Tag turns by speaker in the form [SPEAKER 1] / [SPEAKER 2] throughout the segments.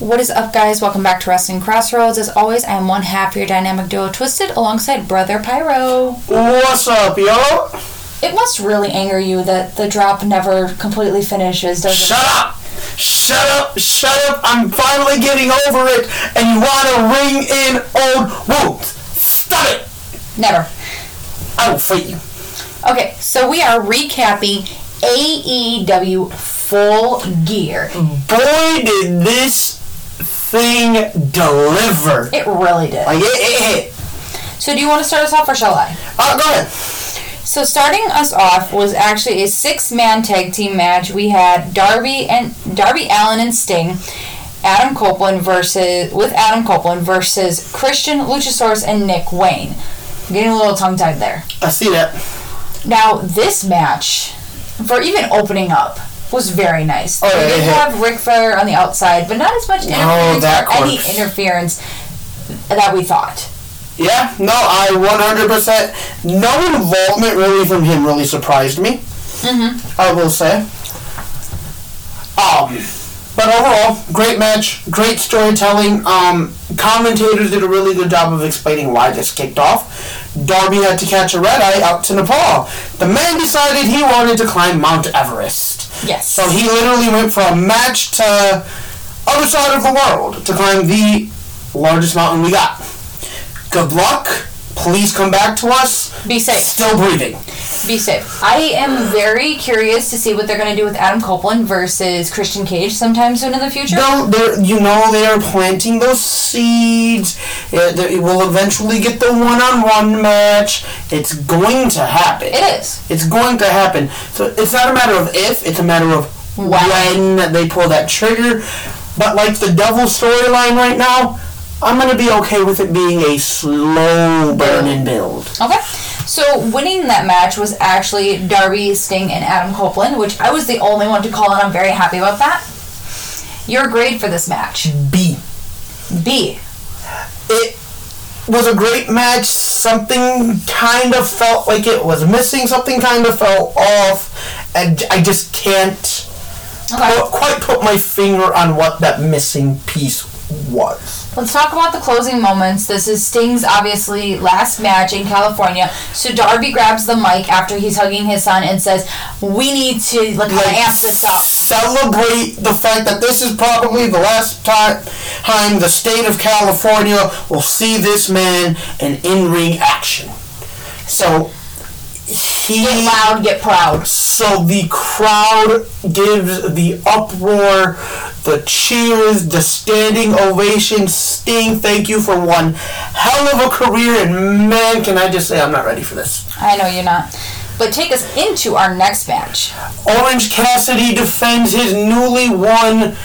[SPEAKER 1] What is up, guys? Welcome back to Wrestling Crossroads. As always, I am one half of your dynamic duo, Twisted, alongside Brother Pyro.
[SPEAKER 2] What's up, yo?
[SPEAKER 1] It must really anger you that the drop never completely finishes, does it?
[SPEAKER 2] Shut up! Shut up! Shut up! I'm finally getting over it, and you wanna ring in old wounds? Stop it!
[SPEAKER 1] Never.
[SPEAKER 2] I will fight you.
[SPEAKER 1] Okay, so we are recapping AEW Full Gear.
[SPEAKER 2] Boy, did this thing deliver!
[SPEAKER 1] It really did.
[SPEAKER 2] Like it, it hit.
[SPEAKER 1] So, do you want to start us off, or shall I?
[SPEAKER 2] Uh, go ahead.
[SPEAKER 1] So starting us off was actually a six-man tag team match. We had Darby and Darby Allen and Sting, Adam Copeland versus with Adam Copeland versus Christian Luchasaurus and Nick Wayne. I'm getting a little tongue-tied there.
[SPEAKER 2] I see that.
[SPEAKER 1] Now this match, for even opening up, was very nice.
[SPEAKER 2] Oh,
[SPEAKER 1] they
[SPEAKER 2] yeah,
[SPEAKER 1] did
[SPEAKER 2] yeah.
[SPEAKER 1] have Ric Flair on the outside, but not as much interference
[SPEAKER 2] that
[SPEAKER 1] or any
[SPEAKER 2] corpse.
[SPEAKER 1] interference that we thought.
[SPEAKER 2] Yeah, no, I 100%. No involvement really from him really surprised me. Mm-hmm. I will say. Um, but overall, great match, great storytelling. Um, commentators did a really good job of explaining why this kicked off. Darby had to catch a red eye out to Nepal. The man decided he wanted to climb Mount Everest.
[SPEAKER 1] Yes.
[SPEAKER 2] So he literally went from match to other side of the world to climb the largest mountain we got. Good luck. Please come back to us.
[SPEAKER 1] Be safe.
[SPEAKER 2] Still breathing.
[SPEAKER 1] Be safe. I am very curious to see what they're going to do with Adam Copeland versus Christian Cage sometime soon in the future.
[SPEAKER 2] No, they're, you know they are planting those seeds. It, it will eventually get the one-on-one match. It's going to happen.
[SPEAKER 1] It is.
[SPEAKER 2] It's going to happen. So it's not a matter of if, it's a matter of when they pull that trigger. But like the devil storyline right now, I'm gonna be okay with it being a slow burn and build.
[SPEAKER 1] Okay. So winning that match was actually Darby, Sting, and Adam Copeland, which I was the only one to call, and I'm very happy about that. Your grade for this match?
[SPEAKER 2] B.
[SPEAKER 1] B.
[SPEAKER 2] It was a great match. Something kind of felt like it was missing. Something kind of fell off, and I just can't
[SPEAKER 1] Okay.
[SPEAKER 2] pu- quite put my finger on what that missing piece was.
[SPEAKER 1] Let's talk about the closing moments. This is Sting's obviously last match in California. So Darby grabs the mic after he's hugging his son and says, "We need to like,
[SPEAKER 2] Like,
[SPEAKER 1] amp this up."
[SPEAKER 2] Celebrate the fact that this is probably the last time, time the state of California will see this man in in-ring action. So he
[SPEAKER 1] Get loud, get proud.
[SPEAKER 2] So the crowd gives the uproar, the cheers, the standing ovation. Sting, thank you for one hell of a career, and man, can I just say I'm not ready for this.
[SPEAKER 1] I know you're not. But take us into our next match.
[SPEAKER 2] Orange Cassidy defends his newly won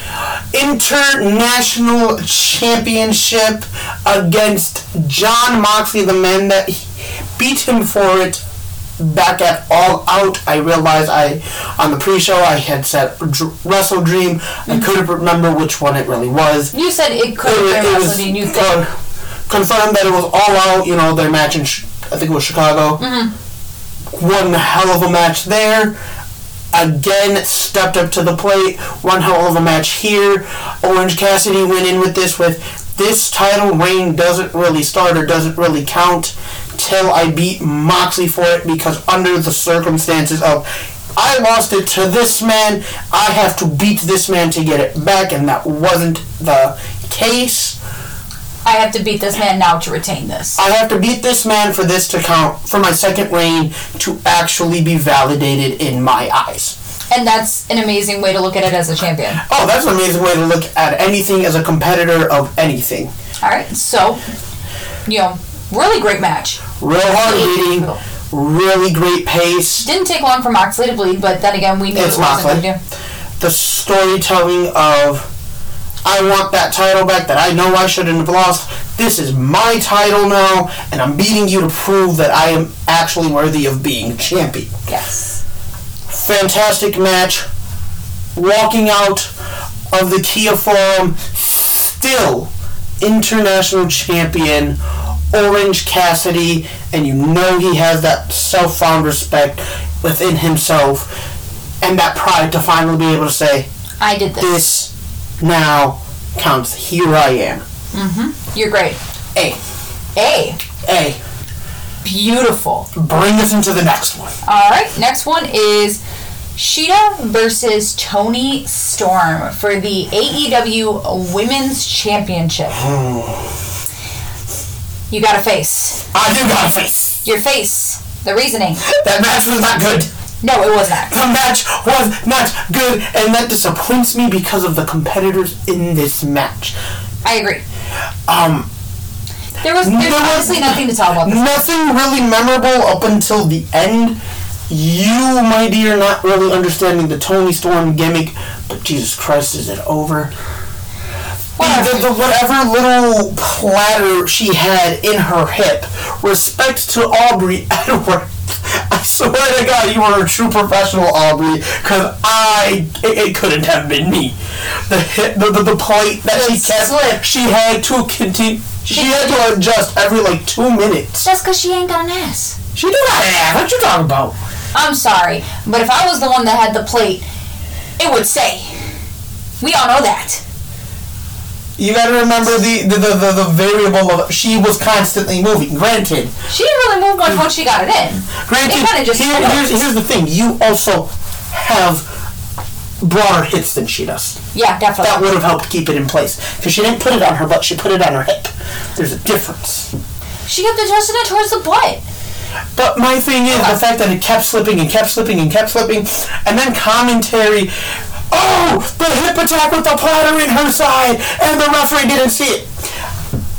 [SPEAKER 2] international championship against John Moxley, the man that beat him for it back at All Out, I realized I on the pre-show I had said Dr- Wrestle Dream. I
[SPEAKER 1] Mm-hmm.
[SPEAKER 2] couldn't remember which one it really was.
[SPEAKER 1] You said it could
[SPEAKER 2] It,
[SPEAKER 1] have
[SPEAKER 2] wa-
[SPEAKER 1] been
[SPEAKER 2] it was
[SPEAKER 1] WrestleMania. You think?
[SPEAKER 2] con- confirmed that it was All Out. You know, their match in Ch- I think it was Chicago.
[SPEAKER 1] Mm-hmm.
[SPEAKER 2] One hell of a match there. Again, stepped up to the plate. One hell of a match here. Orange Cassidy went in with this with this title reign doesn't really start or doesn't really count till I beat Moxley for it because under the circumstances of I lost it to this man, I have to beat this man to get it back, and that wasn't the case.
[SPEAKER 1] I have to beat this man now to retain this.
[SPEAKER 2] I have to beat this man for this to count for my second reign to actually be validated in my eyes.
[SPEAKER 1] And that's an amazing way to look at it as a champion.
[SPEAKER 2] Oh, that's an amazing way to look at anything as a competitor of anything.
[SPEAKER 1] All right, so, you know, really great match.
[SPEAKER 2] Real hard hitting, really great pace.
[SPEAKER 1] Didn't take long for Moxley to bleed, but then again, we knew
[SPEAKER 2] It's
[SPEAKER 1] it wasn't
[SPEAKER 2] Moxley.
[SPEAKER 1] going to.
[SPEAKER 2] The storytelling of I want that title back that I know I shouldn't have lost. This is my title now, and I'm beating you to prove that I am actually worthy of being champion.
[SPEAKER 1] Yes.
[SPEAKER 2] fantastic match. Walking out of the Kia Forum, still international champion Orange Cassidy, and you know he has that self found respect within himself and that pride to finally be able to say,
[SPEAKER 1] I did this.
[SPEAKER 2] This now counts. Here I am.
[SPEAKER 1] You're great.
[SPEAKER 2] A.
[SPEAKER 1] A.
[SPEAKER 2] A.
[SPEAKER 1] Beautiful.
[SPEAKER 2] Bring us into the next one.
[SPEAKER 1] All right. Next one is Sheeta versus Tony Storm for the AEW Women's Championship. You got a face.
[SPEAKER 2] I do got a face.
[SPEAKER 1] Your face. The reasoning.
[SPEAKER 2] That match was not good.
[SPEAKER 1] No, it was not.
[SPEAKER 2] The match was not good, and that disappoints me because of the competitors in this match.
[SPEAKER 1] I agree.
[SPEAKER 2] Um,
[SPEAKER 1] There was there's
[SPEAKER 2] No.
[SPEAKER 1] honestly nothing to tell about this.
[SPEAKER 2] nothing really memorable up until the end. You, my dear, not really understanding the Tony Storm gimmick, but Jesus Christ, is it over? The, the whatever little platter she had in her hip. Respect to Aubrey Edwards. I swear to God, you are a true professional, Aubrey, because I it, it couldn't have been me. The hip, the, the, the plate that she kept,
[SPEAKER 1] slip.
[SPEAKER 2] she had to continue. She had to adjust every like two minutes.
[SPEAKER 1] Just because she ain't got an ass.
[SPEAKER 2] She did not have. What you talking about?
[SPEAKER 1] I'm sorry, but if I was the one that had the plate, it would say. We all know that.
[SPEAKER 2] You got to remember the the, the, the the variable of she was constantly moving. Granted,
[SPEAKER 1] She didn't really move much once she got it in.
[SPEAKER 2] Granted,
[SPEAKER 1] They kinda just
[SPEAKER 2] here-
[SPEAKER 1] split up.
[SPEAKER 2] here's, here's the thing. You also have broader hips than she does.
[SPEAKER 1] Yeah,
[SPEAKER 2] That
[SPEAKER 1] definitely.
[SPEAKER 2] would have helped keep it in place. Because she didn't put it on her butt, she put it on her hip. There's a difference.
[SPEAKER 1] She kept adjusting it towards the butt.
[SPEAKER 2] But my thing is the fact that it kept slipping and kept slipping and kept slipping, and then commentary. Oh, the hip attack with the platter in her side, and the referee didn't see it.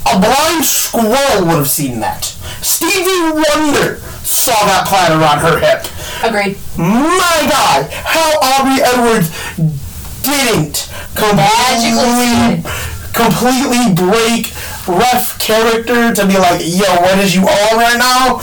[SPEAKER 2] A blind squirrel would have seen that. Stevie Wonder saw that platter on her hip.
[SPEAKER 1] Agreed.
[SPEAKER 2] My God, how Aubrey Edwards didn't completely,
[SPEAKER 1] Magically.
[SPEAKER 2] completely break ref character to be like, yo, what is you all right now?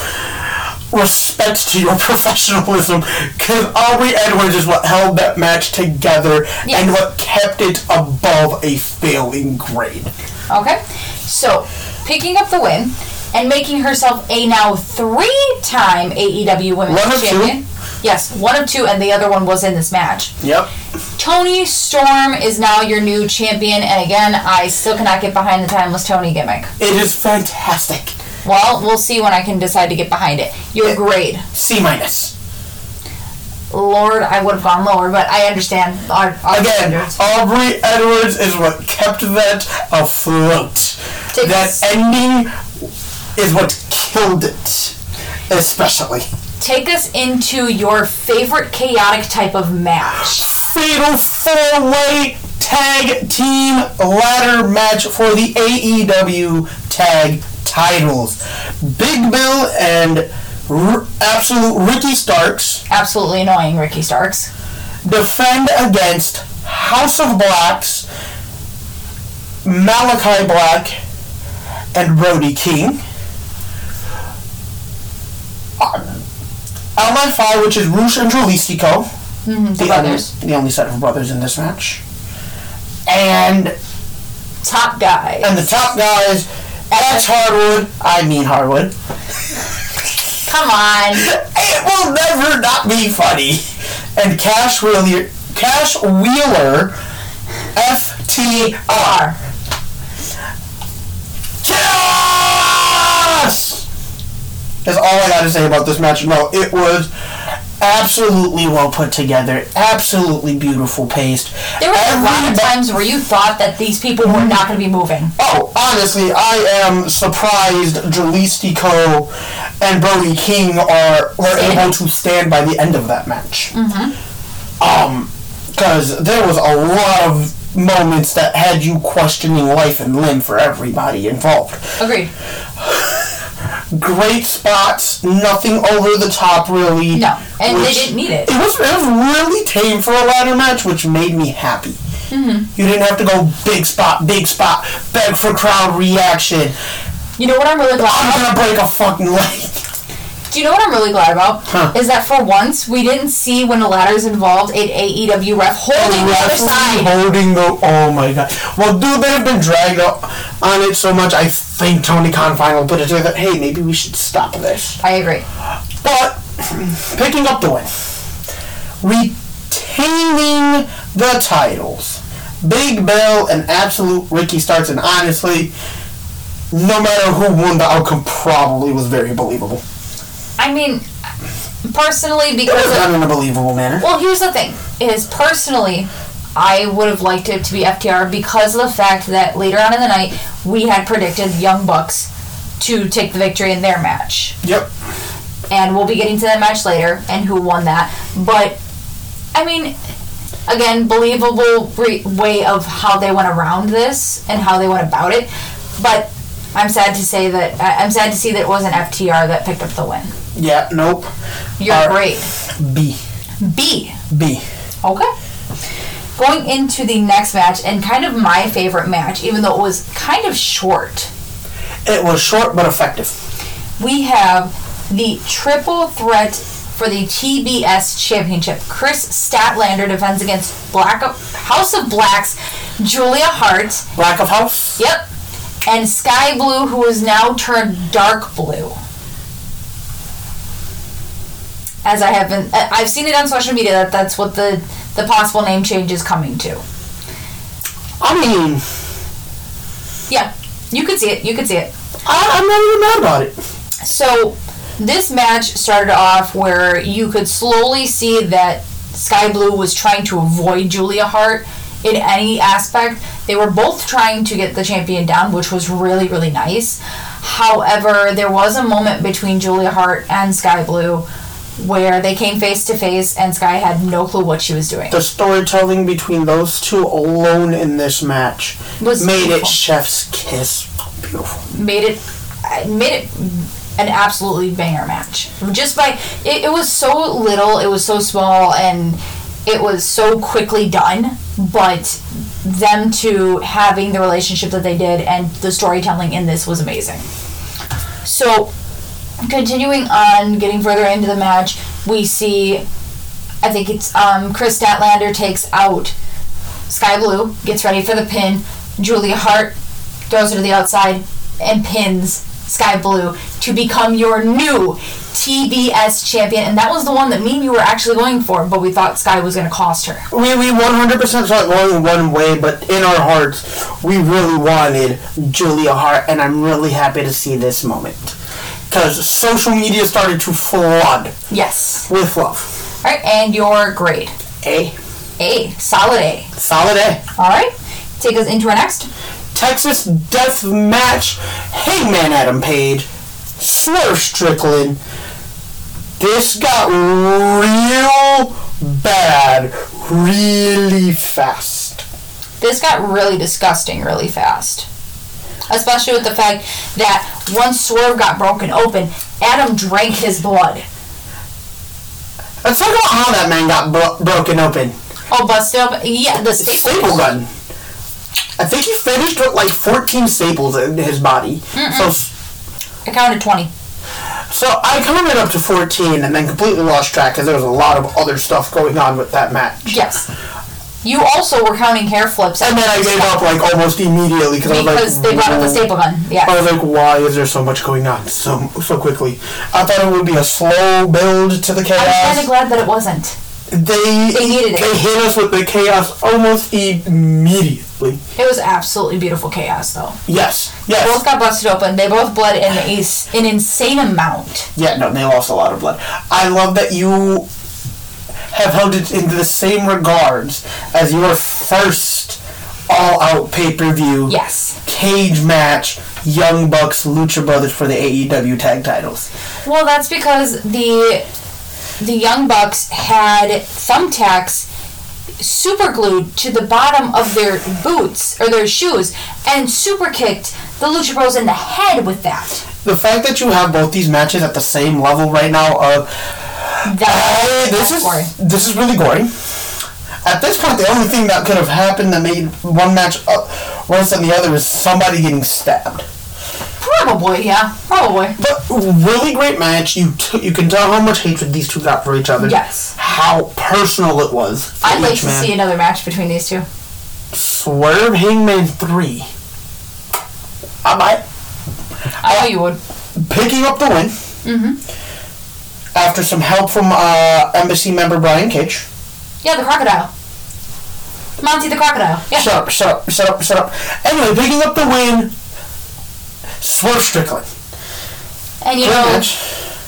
[SPEAKER 2] Respect to your professionalism, because Aubrey Edwards is what held that match together
[SPEAKER 1] Yes.
[SPEAKER 2] and what kept it above a failing grade.
[SPEAKER 1] Okay? So, picking up the win and making herself a now three time AEW Women's
[SPEAKER 2] One of two.
[SPEAKER 1] Champion. Yes, one of two, and the other one was in this match.
[SPEAKER 2] Yep.
[SPEAKER 1] Tony Storm is now your new champion, and again, I still cannot get behind the timeless Tony gimmick.
[SPEAKER 2] It is fantastic.
[SPEAKER 1] Well, we'll see when I can decide to get behind it. Your grade.
[SPEAKER 2] C minus.
[SPEAKER 1] Lord, I would have gone lower, but I understand our, our
[SPEAKER 2] Again,
[SPEAKER 1] standards.
[SPEAKER 2] Aubrey Edwards is what kept that afloat.
[SPEAKER 1] Take
[SPEAKER 2] that
[SPEAKER 1] us-
[SPEAKER 2] ending is what killed it, especially.
[SPEAKER 1] Take us into your favorite chaotic type of match.
[SPEAKER 2] Fatal four way tag team ladder match for the AEW tag titles. Big Bill and R- absolute Ricky Starks
[SPEAKER 1] Absolutely annoying, Ricky Starks.
[SPEAKER 2] defend against House of Blacks, Malachi Black, and Brody King. Uh, LFI, which is Roosh and Jalisco,
[SPEAKER 1] Mm-hmm. The,
[SPEAKER 2] the, only,
[SPEAKER 1] brothers.
[SPEAKER 2] the only set of brothers in this match, and
[SPEAKER 1] Top guy.
[SPEAKER 2] and the top guys. That's hardwood. I mean hardwood.
[SPEAKER 1] Come on.
[SPEAKER 2] It will never not be funny. And Cash Wheeler, Cash Wheeler, FTR.
[SPEAKER 1] R.
[SPEAKER 2] Yes! That's all I got to say about this match. No, it was absolutely well put together, absolutely beautiful paced.
[SPEAKER 1] There were a lot of
[SPEAKER 2] Everybody-
[SPEAKER 1] times where you thought that these people were not going to be moving.
[SPEAKER 2] Oh, honestly, I am surprised Jalistico and Brody King are were
[SPEAKER 1] Stand.
[SPEAKER 2] able to stand by the end of that match.
[SPEAKER 1] Mm-hmm.
[SPEAKER 2] Um, because there was a lot of moments that had you questioning life and limb for everybody involved.
[SPEAKER 1] Agreed.
[SPEAKER 2] Great spots, nothing over the top, really.
[SPEAKER 1] No. And they
[SPEAKER 2] which-
[SPEAKER 1] didn't need it.
[SPEAKER 2] It was, it was really tame for a ladder match, which made me happy.
[SPEAKER 1] Mm-hmm.
[SPEAKER 2] You didn't have to go big spot, big spot, beg for crowd reaction.
[SPEAKER 1] You know what I'm really glad
[SPEAKER 2] I'm
[SPEAKER 1] about?
[SPEAKER 2] gonna break a fucking leg.
[SPEAKER 1] Do you know what I'm really glad about? Is that for once, we didn't see when a ladder's involved an AEW ref holding the other side.
[SPEAKER 2] Holding the oh my god. Well, dude, they've been dragged up on it so much. I think Tony Khan finally put it together. Hey, maybe we should stop this.
[SPEAKER 1] I agree.
[SPEAKER 2] But picking up the win, retaining the titles, Big Bill and Absolute Ricky starts, and honestly, no matter who won, the outcome probably was very believable.
[SPEAKER 1] I mean, personally,
[SPEAKER 2] It was
[SPEAKER 1] because of,
[SPEAKER 2] done in a believable manner.
[SPEAKER 1] well, here's the thing: is personally, I would have liked it to be FTR because of the fact that later on in the night we had predicted the Young Bucks to take the victory in their match,
[SPEAKER 2] Yep.
[SPEAKER 1] and we'll be getting to that match later and who won that. But I mean, again, believable re- way of how they went around this and how they went about it, but. I'm sad to say that I- I'm sad to see that it wasn't FTR that picked up the win.
[SPEAKER 2] Yeah, nope.
[SPEAKER 1] You're
[SPEAKER 2] All right.
[SPEAKER 1] great.
[SPEAKER 2] B.
[SPEAKER 1] B.
[SPEAKER 2] B.
[SPEAKER 1] Okay. Going into the next match, and kind of my favorite match, even though it was kind of short,
[SPEAKER 2] It was short but effective.
[SPEAKER 1] we have the triple threat for the TBS Championship. Chris Statlander defends against Black House of Blacks, Julia Hart.
[SPEAKER 2] Lack of house?
[SPEAKER 1] Yep. And Sky Blue, who is now turned dark blue. As I have been, I- I've seen it on social media that that's what the the possible name change is coming to.
[SPEAKER 2] I mean,
[SPEAKER 1] Yeah, you could see it. You could see it.
[SPEAKER 2] I, I'm not even mad about it.
[SPEAKER 1] So this match started off where you could slowly see that Sky Blue was trying to avoid Julia Hart in any aspect. They were both trying to get the champion down, which was really really nice. However, there was a moment between Julia Hart and Sky Blue where they came face to face and Sky had no clue what she was doing.
[SPEAKER 2] The storytelling between those two alone in this match
[SPEAKER 1] Was
[SPEAKER 2] made it
[SPEAKER 1] beautiful.
[SPEAKER 2] Chef's Kiss. Beautiful.
[SPEAKER 1] made it I made it an absolutely banger match. Just by it, it was so little, it was so small, and it was so quickly done. But them two having the relationship that they did and the storytelling in this was amazing. So, continuing on, getting further into the match, we see I think it's um, Chris Statlander takes out Sky Blue, gets ready for the pin. Julia Hart throws her to the outside and pins Sky Blue to become your new TBS champion. And that was the one that me and you were actually going for, but we thought Sky was going to cost her.
[SPEAKER 2] We, we 100% saw it going one way, but in our hearts, we really wanted Julia Hart, and I'm really happy to see this moment. Because social media started to flood
[SPEAKER 1] Yes.
[SPEAKER 2] with love.
[SPEAKER 1] All right, and your grade
[SPEAKER 2] A.
[SPEAKER 1] A, solid A.
[SPEAKER 2] Solid eh? A.
[SPEAKER 1] All right, take us into our next.
[SPEAKER 2] Texas Death Match, Hangman Adam Page, Swerve Strickland. This got real bad, really fast.
[SPEAKER 1] this got really disgusting really fast. Especially with the fact that once Swerve got broken open, Adam drank his blood.
[SPEAKER 2] Let's talk about how that man got bro- broken open.
[SPEAKER 1] Oh, busted up. Yeah, the staple.
[SPEAKER 2] Staple gun. I think he finished with like 14 staples in his body. So,
[SPEAKER 1] I counted 20.
[SPEAKER 2] so I counted up to 14 and then completely lost track because there was a lot of other stuff going on with that match.
[SPEAKER 1] Yes. You also were counting hair flips.
[SPEAKER 2] And then I gave up like almost immediately because I was like,
[SPEAKER 1] Because they brought up the
[SPEAKER 2] "Whoa."
[SPEAKER 1] staple gun. Yeah.
[SPEAKER 2] I was like, why is there so much going on so so quickly? I thought it would be a slow build to
[SPEAKER 1] I
[SPEAKER 2] the
[SPEAKER 1] was kind of
[SPEAKER 2] chaos.
[SPEAKER 1] glad that it wasn't.
[SPEAKER 2] They
[SPEAKER 1] They needed it.
[SPEAKER 2] They hit us with the chaos almost immediately.
[SPEAKER 1] It was absolutely beautiful chaos, though.
[SPEAKER 2] Yes, yes,
[SPEAKER 1] Both got busted open. They both bled in a, an insane amount.
[SPEAKER 2] yeah. No, they lost a lot of blood. I love that you have held it in the same regards as your first all-out pay-per-view
[SPEAKER 1] Yes.
[SPEAKER 2] cage match, Young Bucks Lucha Brothers for the AEW tag titles.
[SPEAKER 1] Well, that's because the the Young Bucks had thumbtacks super glued to the bottom of their boots or their shoes and super kicked the Lucha Bros in the head with that.
[SPEAKER 2] The fact that you have both these matches at the same level right now of
[SPEAKER 1] That
[SPEAKER 2] Hey, this
[SPEAKER 1] that's
[SPEAKER 2] is
[SPEAKER 1] gory.
[SPEAKER 2] this is really gory. At this point, the only thing that could have happened that made one match uh, worse than the other is somebody getting stabbed.
[SPEAKER 1] probably yeah, probably
[SPEAKER 2] But really great match. You t- you can tell how much hatred these two got for each other.
[SPEAKER 1] yes.
[SPEAKER 2] How personal it was. For
[SPEAKER 1] I'd like
[SPEAKER 2] each
[SPEAKER 1] to
[SPEAKER 2] man.
[SPEAKER 1] see another match between these two.
[SPEAKER 2] Swerve Hangman three. I might
[SPEAKER 1] I know you would.
[SPEAKER 2] picking up the win. After some help from uh, Embassy member Brian Cage.
[SPEAKER 1] Yeah, the crocodile. Monty the Crocodile. Yeah.
[SPEAKER 2] Shut up, shut up, shut up, shut up. Anyway, picking up the win for Strickland.
[SPEAKER 1] And you
[SPEAKER 2] Good
[SPEAKER 1] know,
[SPEAKER 2] match.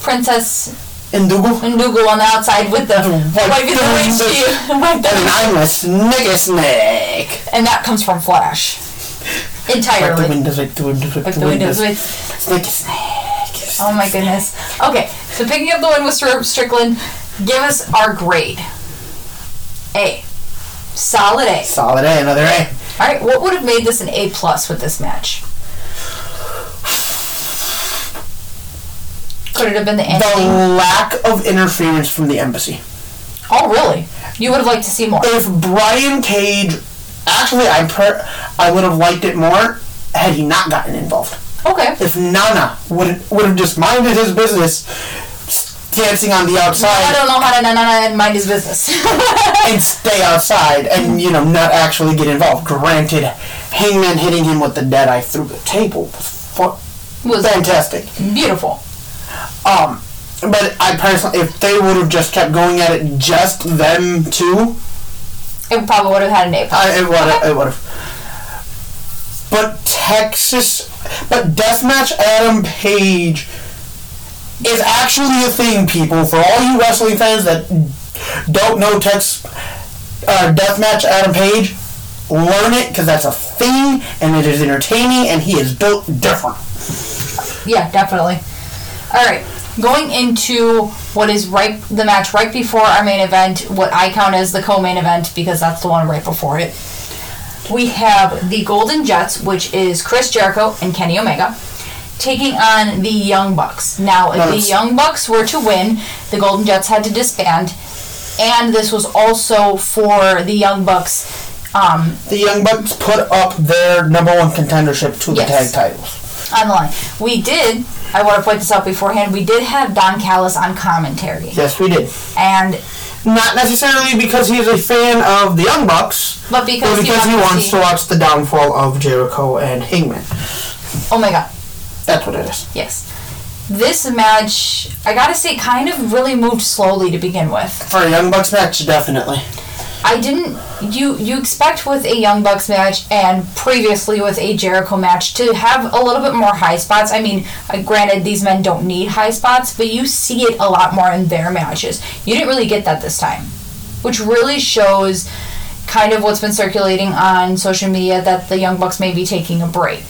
[SPEAKER 1] Princess
[SPEAKER 2] And Dougal.
[SPEAKER 1] Ndugu on the outside with the
[SPEAKER 2] White
[SPEAKER 1] waving the
[SPEAKER 2] thing,
[SPEAKER 1] ring
[SPEAKER 2] Oh, the-
[SPEAKER 1] shield. White
[SPEAKER 2] And
[SPEAKER 1] thing.
[SPEAKER 2] I'm a snigger snake.
[SPEAKER 1] And that comes from Flash.
[SPEAKER 2] Like the
[SPEAKER 1] Entirely.
[SPEAKER 2] windows, like the windows, like
[SPEAKER 1] Like
[SPEAKER 2] the
[SPEAKER 1] the windows.
[SPEAKER 2] windows.
[SPEAKER 1] with-
[SPEAKER 2] Snigger snake.
[SPEAKER 1] Oh my goodness. Okay, so picking up the win with Sir Strickland, give us our grade. A. Solid A.
[SPEAKER 2] Solid A, another eh? A.
[SPEAKER 1] All right, what would have made this an A plus with this match? Could it have been the
[SPEAKER 2] The
[SPEAKER 1] ending?
[SPEAKER 2] lack of interference from the embassy.
[SPEAKER 1] Oh, really? You would have liked to see more.
[SPEAKER 2] If Brian Cage, actually, I per, I would have liked it more had he not gotten involved.
[SPEAKER 1] Okay.
[SPEAKER 2] If Nana would would have just minded his business, dancing on the
[SPEAKER 1] I
[SPEAKER 2] outside
[SPEAKER 1] don't know how to na na na mind his business.
[SPEAKER 2] and stay outside, and you know not actually get involved. Granted, Hangman hitting him with the dead eye through the table was fu-
[SPEAKER 1] was
[SPEAKER 2] fantastic.
[SPEAKER 1] beautiful.
[SPEAKER 2] Um, but I personally, if they would have just kept going at it, just them two,
[SPEAKER 1] It probably would have had an A plus.
[SPEAKER 2] I, it would have. It would have. But Texas, but deathmatch Adam Page is actually a thing, people. For all you wrestling fans that don't know Tex, uh, deathmatch Adam Page, learn it because that's a thing, and it is entertaining, and he is built different.
[SPEAKER 1] Yeah, definitely. All right, going into what is right the match right before our main event, what I count as the co-main event because that's the one right before it. We have the Golden Jets, which is Chris Jericho and Kenny Omega, taking on the Young Bucks. Now, if the
[SPEAKER 2] Nice.
[SPEAKER 1] Young Bucks were to win, the Golden Jets had to disband, and this was also for the Young Bucks um,
[SPEAKER 2] The Young Bucks put up their number one contendership to the
[SPEAKER 1] Yes.
[SPEAKER 2] tag titles.
[SPEAKER 1] on the line. We did. I want to point this out beforehand. We did have Don Callis on commentary,
[SPEAKER 2] Yes, we did.
[SPEAKER 1] and
[SPEAKER 2] Not necessarily because he's a fan of the Young Bucks,
[SPEAKER 1] but
[SPEAKER 2] Well,
[SPEAKER 1] because,
[SPEAKER 2] because he wants to
[SPEAKER 1] see,
[SPEAKER 2] watch the downfall of Jericho and Hangman.
[SPEAKER 1] Oh my god!
[SPEAKER 2] That's what it is.
[SPEAKER 1] Yes, this match I gotta say kind of really moved slowly to begin with.
[SPEAKER 2] For a Young Bucks match, definitely.
[SPEAKER 1] I didn't. You you expect with a Young Bucks match and previously with a Jericho match to have a little bit more high spots. I mean, uh, granted these men don't need high spots, but you see it a lot more in their matches. You didn't really get that this time, which really shows kind of what's been circulating on social media that the Young Bucks may be taking a break.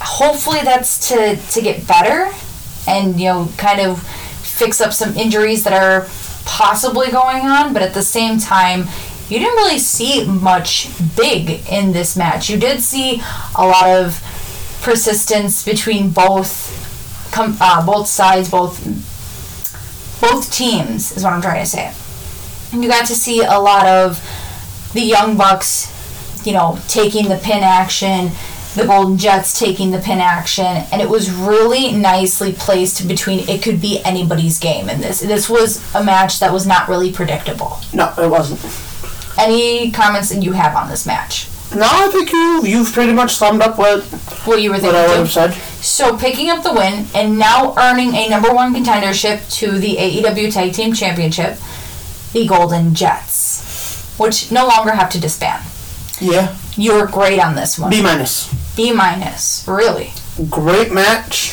[SPEAKER 1] Hopefully that's to to get better and you know kind of fix up some injuries that are possibly going on, but at the same time, you didn't really see much big in this match. You did see a lot of persistence between both com- uh, both sides, both both teams is what I'm trying to say. And you got to see a lot of the young bucks, you know, taking the pin action, the golden jets taking the pin action, and it was really nicely placed between. It could be anybody's game in this. This was a match that was not really predictable.
[SPEAKER 2] No, it wasn't.
[SPEAKER 1] Any comments that you have on this match?
[SPEAKER 2] No, I think you you've pretty much summed up what what
[SPEAKER 1] What you were thinking?
[SPEAKER 2] I would
[SPEAKER 1] too?
[SPEAKER 2] have said.
[SPEAKER 1] So picking up the win and now earning a number one contendership to the AEW Tag Team Championship, the Golden Jets, which no longer have to disband.
[SPEAKER 2] Yeah.
[SPEAKER 1] You were great on this one.
[SPEAKER 2] B minus.
[SPEAKER 1] B minus, really,
[SPEAKER 2] Great match.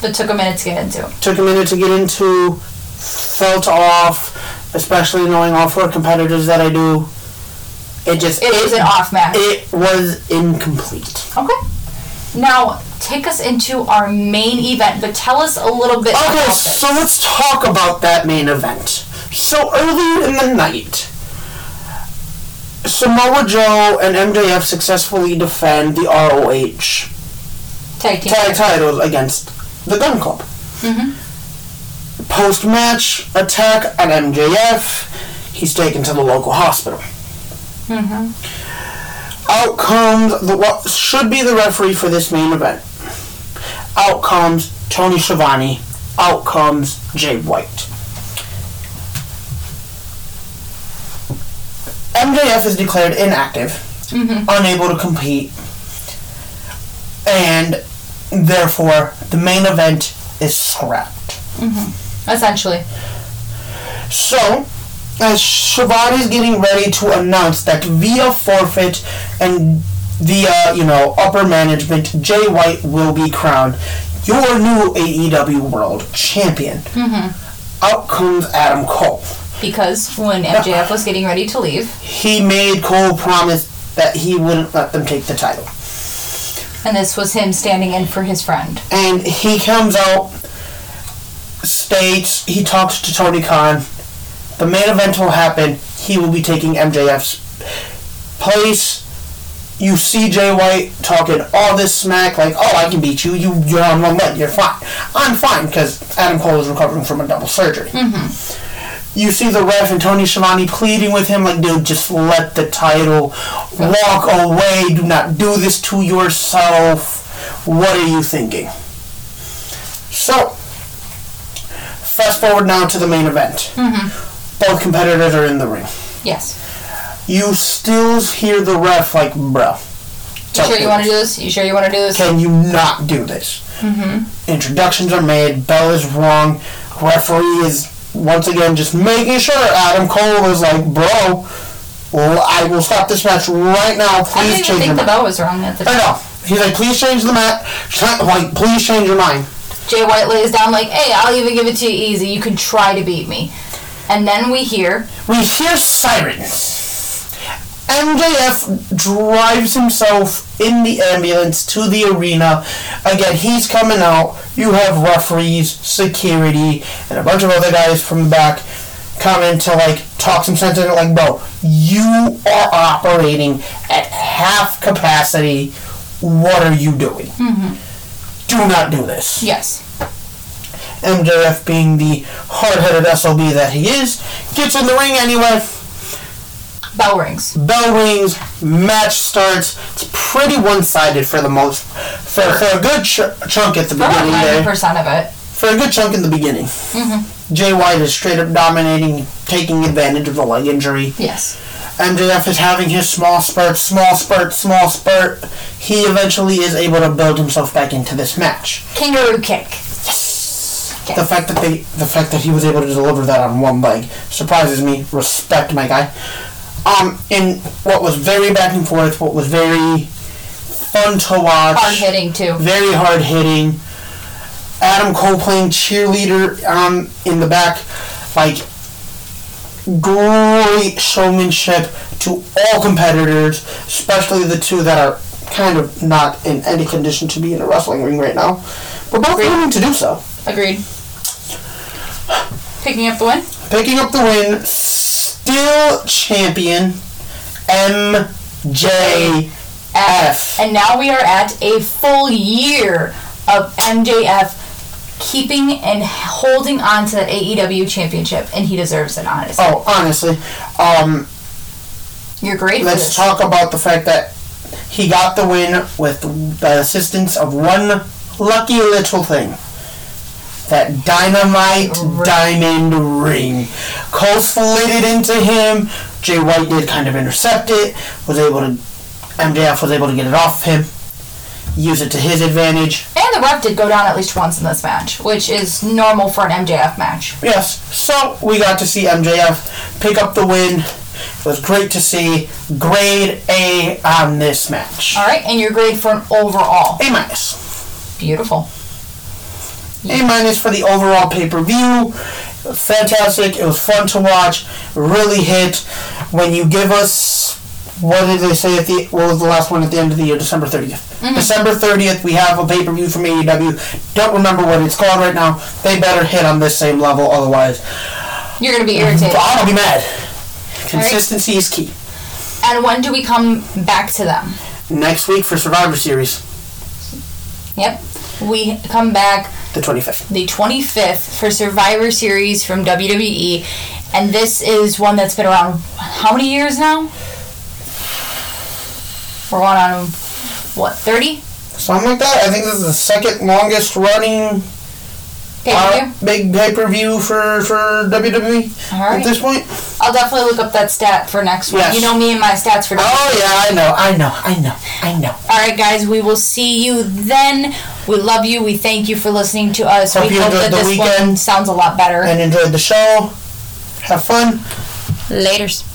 [SPEAKER 1] but took a minute to get into.
[SPEAKER 2] Took a minute to get into. Felt off, especially knowing all four competitors that I do. It just
[SPEAKER 1] It was an off match.
[SPEAKER 2] It was incomplete.
[SPEAKER 1] Okay. Now take us into our main event, but tell us a little bit
[SPEAKER 2] Okay,
[SPEAKER 1] about this.
[SPEAKER 2] so let's talk about that main event. So earlier in the night, Samoa Joe and MJF successfully defend the ROH
[SPEAKER 1] Tag team.
[SPEAKER 2] tag titles against the Gun Club. Post match attack on MJF, he's taken to the local hospital.
[SPEAKER 1] Mm-hmm.
[SPEAKER 2] Out comes the what should be the referee for this main event. Out comes Tony Schiavone. Out comes Jay White. MJF is declared inactive, unable to compete, and therefore the main event is scrapped.
[SPEAKER 1] Essentially,
[SPEAKER 2] So as Shivani is getting ready to announce that via forfeit and via, you know, upper management, Jay White will be crowned your new AEW World Champion. Out comes Adam Cole.
[SPEAKER 1] Because when MJF was getting ready to leave,
[SPEAKER 2] He made Cole promise that he wouldn't let them take the title.
[SPEAKER 1] and this was him standing in for his friend.
[SPEAKER 2] and he comes out, states he talks to Tony Khan. The main event will happen. He will be taking MJF's place. You see Jay White talking all this smack, like, "Oh, I can beat you. You, you're on one leg. You're fine. I'm fine," because Adam Cole is recovering from a double surgery. You see the ref and Tony Schiavone pleading with him, like, dude, just let the title walk away. Do not do this to yourself. What are you thinking? So, fast forward now to the main event. Both competitors are in the ring.
[SPEAKER 1] Yes.
[SPEAKER 2] You still hear the ref, like, bro.
[SPEAKER 1] You sure you want to do this? You sure you want to do this?
[SPEAKER 2] Can you not do this?
[SPEAKER 1] Mm-hmm.
[SPEAKER 2] Introductions are made. Bell is wrong. Referee is once again just making sure Adam Cole is like, bro, well, I will stop this match right now.
[SPEAKER 1] I
[SPEAKER 2] Please
[SPEAKER 1] didn't even
[SPEAKER 2] change
[SPEAKER 1] think
[SPEAKER 2] your
[SPEAKER 1] the
[SPEAKER 2] mind.
[SPEAKER 1] bell was wrong at the
[SPEAKER 2] I
[SPEAKER 1] time.
[SPEAKER 2] know. He's like, please change the match. Like, please change your mind.
[SPEAKER 1] Jay White lays down like, "Hey, I'll even give it to you easy. You can try to beat me." And then we hear
[SPEAKER 2] We hear sirens. MJF drives himself in the ambulance to the arena. Again, he's coming out. You have referees, security, and a bunch of other guys from the back coming to like talk some sense in it. Like, bro, you are operating at half capacity. What are you doing? Do not do this.
[SPEAKER 1] yes,
[SPEAKER 2] MJF being the hard-headed SOB that he is, gets in the ring anyway.
[SPEAKER 1] bell rings.
[SPEAKER 2] Bell rings, match starts. It's pretty one-sided for the most, for, for a good ch- chunk at the beginning
[SPEAKER 1] About ninety
[SPEAKER 2] there.
[SPEAKER 1] percent of it.
[SPEAKER 2] For a good chunk in the beginning. Jay White is straight up dominating, taking advantage of the leg injury.
[SPEAKER 1] Yes.
[SPEAKER 2] MJF is having his small spurt, small spurt, small spurt. He eventually is able to build himself back into this match.
[SPEAKER 1] Kangaroo kick.
[SPEAKER 2] The fact that they, the fact that he was able to deliver that on one leg surprises me. Respect, my guy. Um, in what was very back and forth, what was very fun to watch,
[SPEAKER 1] Hard hitting too.
[SPEAKER 2] very hard hitting. Adam Cole playing cheerleader um in the back, like great showmanship to all competitors, especially the two that are kind of not in any condition to be in a wrestling ring right now, but both willing to do so.
[SPEAKER 1] Agreed. Picking up the win.
[SPEAKER 2] picking up the win, still champion, MJF.
[SPEAKER 1] And now we are at a full year of MJF keeping and holding on to the AEW championship, and he deserves it, honestly.
[SPEAKER 2] Oh, honestly, um,
[SPEAKER 1] You're great for
[SPEAKER 2] let's
[SPEAKER 1] this.
[SPEAKER 2] talk about the fact that he got the win with the assistance of one lucky little thing. That dynamite
[SPEAKER 1] Ring.
[SPEAKER 2] diamond ring. Cole slid it into him. Jay White did kind of intercept it. Was able to, MJF was able to get it off him. Use it to his advantage.
[SPEAKER 1] And the ref did go down at least once in this match, which is normal for an MJF match.
[SPEAKER 2] Yes, so we got to see MJF pick up the win. It was great to see grade A on this match.
[SPEAKER 1] All right, and you're great for an overall.
[SPEAKER 2] A minus.
[SPEAKER 1] Beautiful.
[SPEAKER 2] A minus for the overall pay per view. Fantastic. It was fun to watch. Really hit. When you give us, what did they say at the, what was the last one at the end of the year? December 30th. December 30th, we have a pay per view from AEW. Don't remember what it's called right now. They better hit on this same level, otherwise,
[SPEAKER 1] You're going to be irritated.
[SPEAKER 2] I'll be mad. Consistency is key.
[SPEAKER 1] And when do we come back to them?
[SPEAKER 2] next week for Survivor Series,
[SPEAKER 1] Yep. We come back
[SPEAKER 2] the 25th.
[SPEAKER 1] the 25th for Survivor Series from WWE. And this is one that's been around how many years now? We're going on, what, 30?
[SPEAKER 2] Something like that. I think this is the second longest running
[SPEAKER 1] Pay-per-view?
[SPEAKER 2] uh, big pay per view for, for WWE
[SPEAKER 1] All right.
[SPEAKER 2] at this point.
[SPEAKER 1] I'll definitely look up that stat for next week.
[SPEAKER 2] Yes.
[SPEAKER 1] You know me and my stats for
[SPEAKER 2] Oh, yeah, I know, I know, I know, I know.
[SPEAKER 1] All right, guys, we will see you then. We love you. We thank you for listening to us.
[SPEAKER 2] Hope
[SPEAKER 1] we
[SPEAKER 2] you
[SPEAKER 1] hope that
[SPEAKER 2] enjoyed the
[SPEAKER 1] this one
[SPEAKER 2] weekend.
[SPEAKER 1] sounds a lot better.
[SPEAKER 2] And enjoyed the show. Have fun.
[SPEAKER 1] Laters.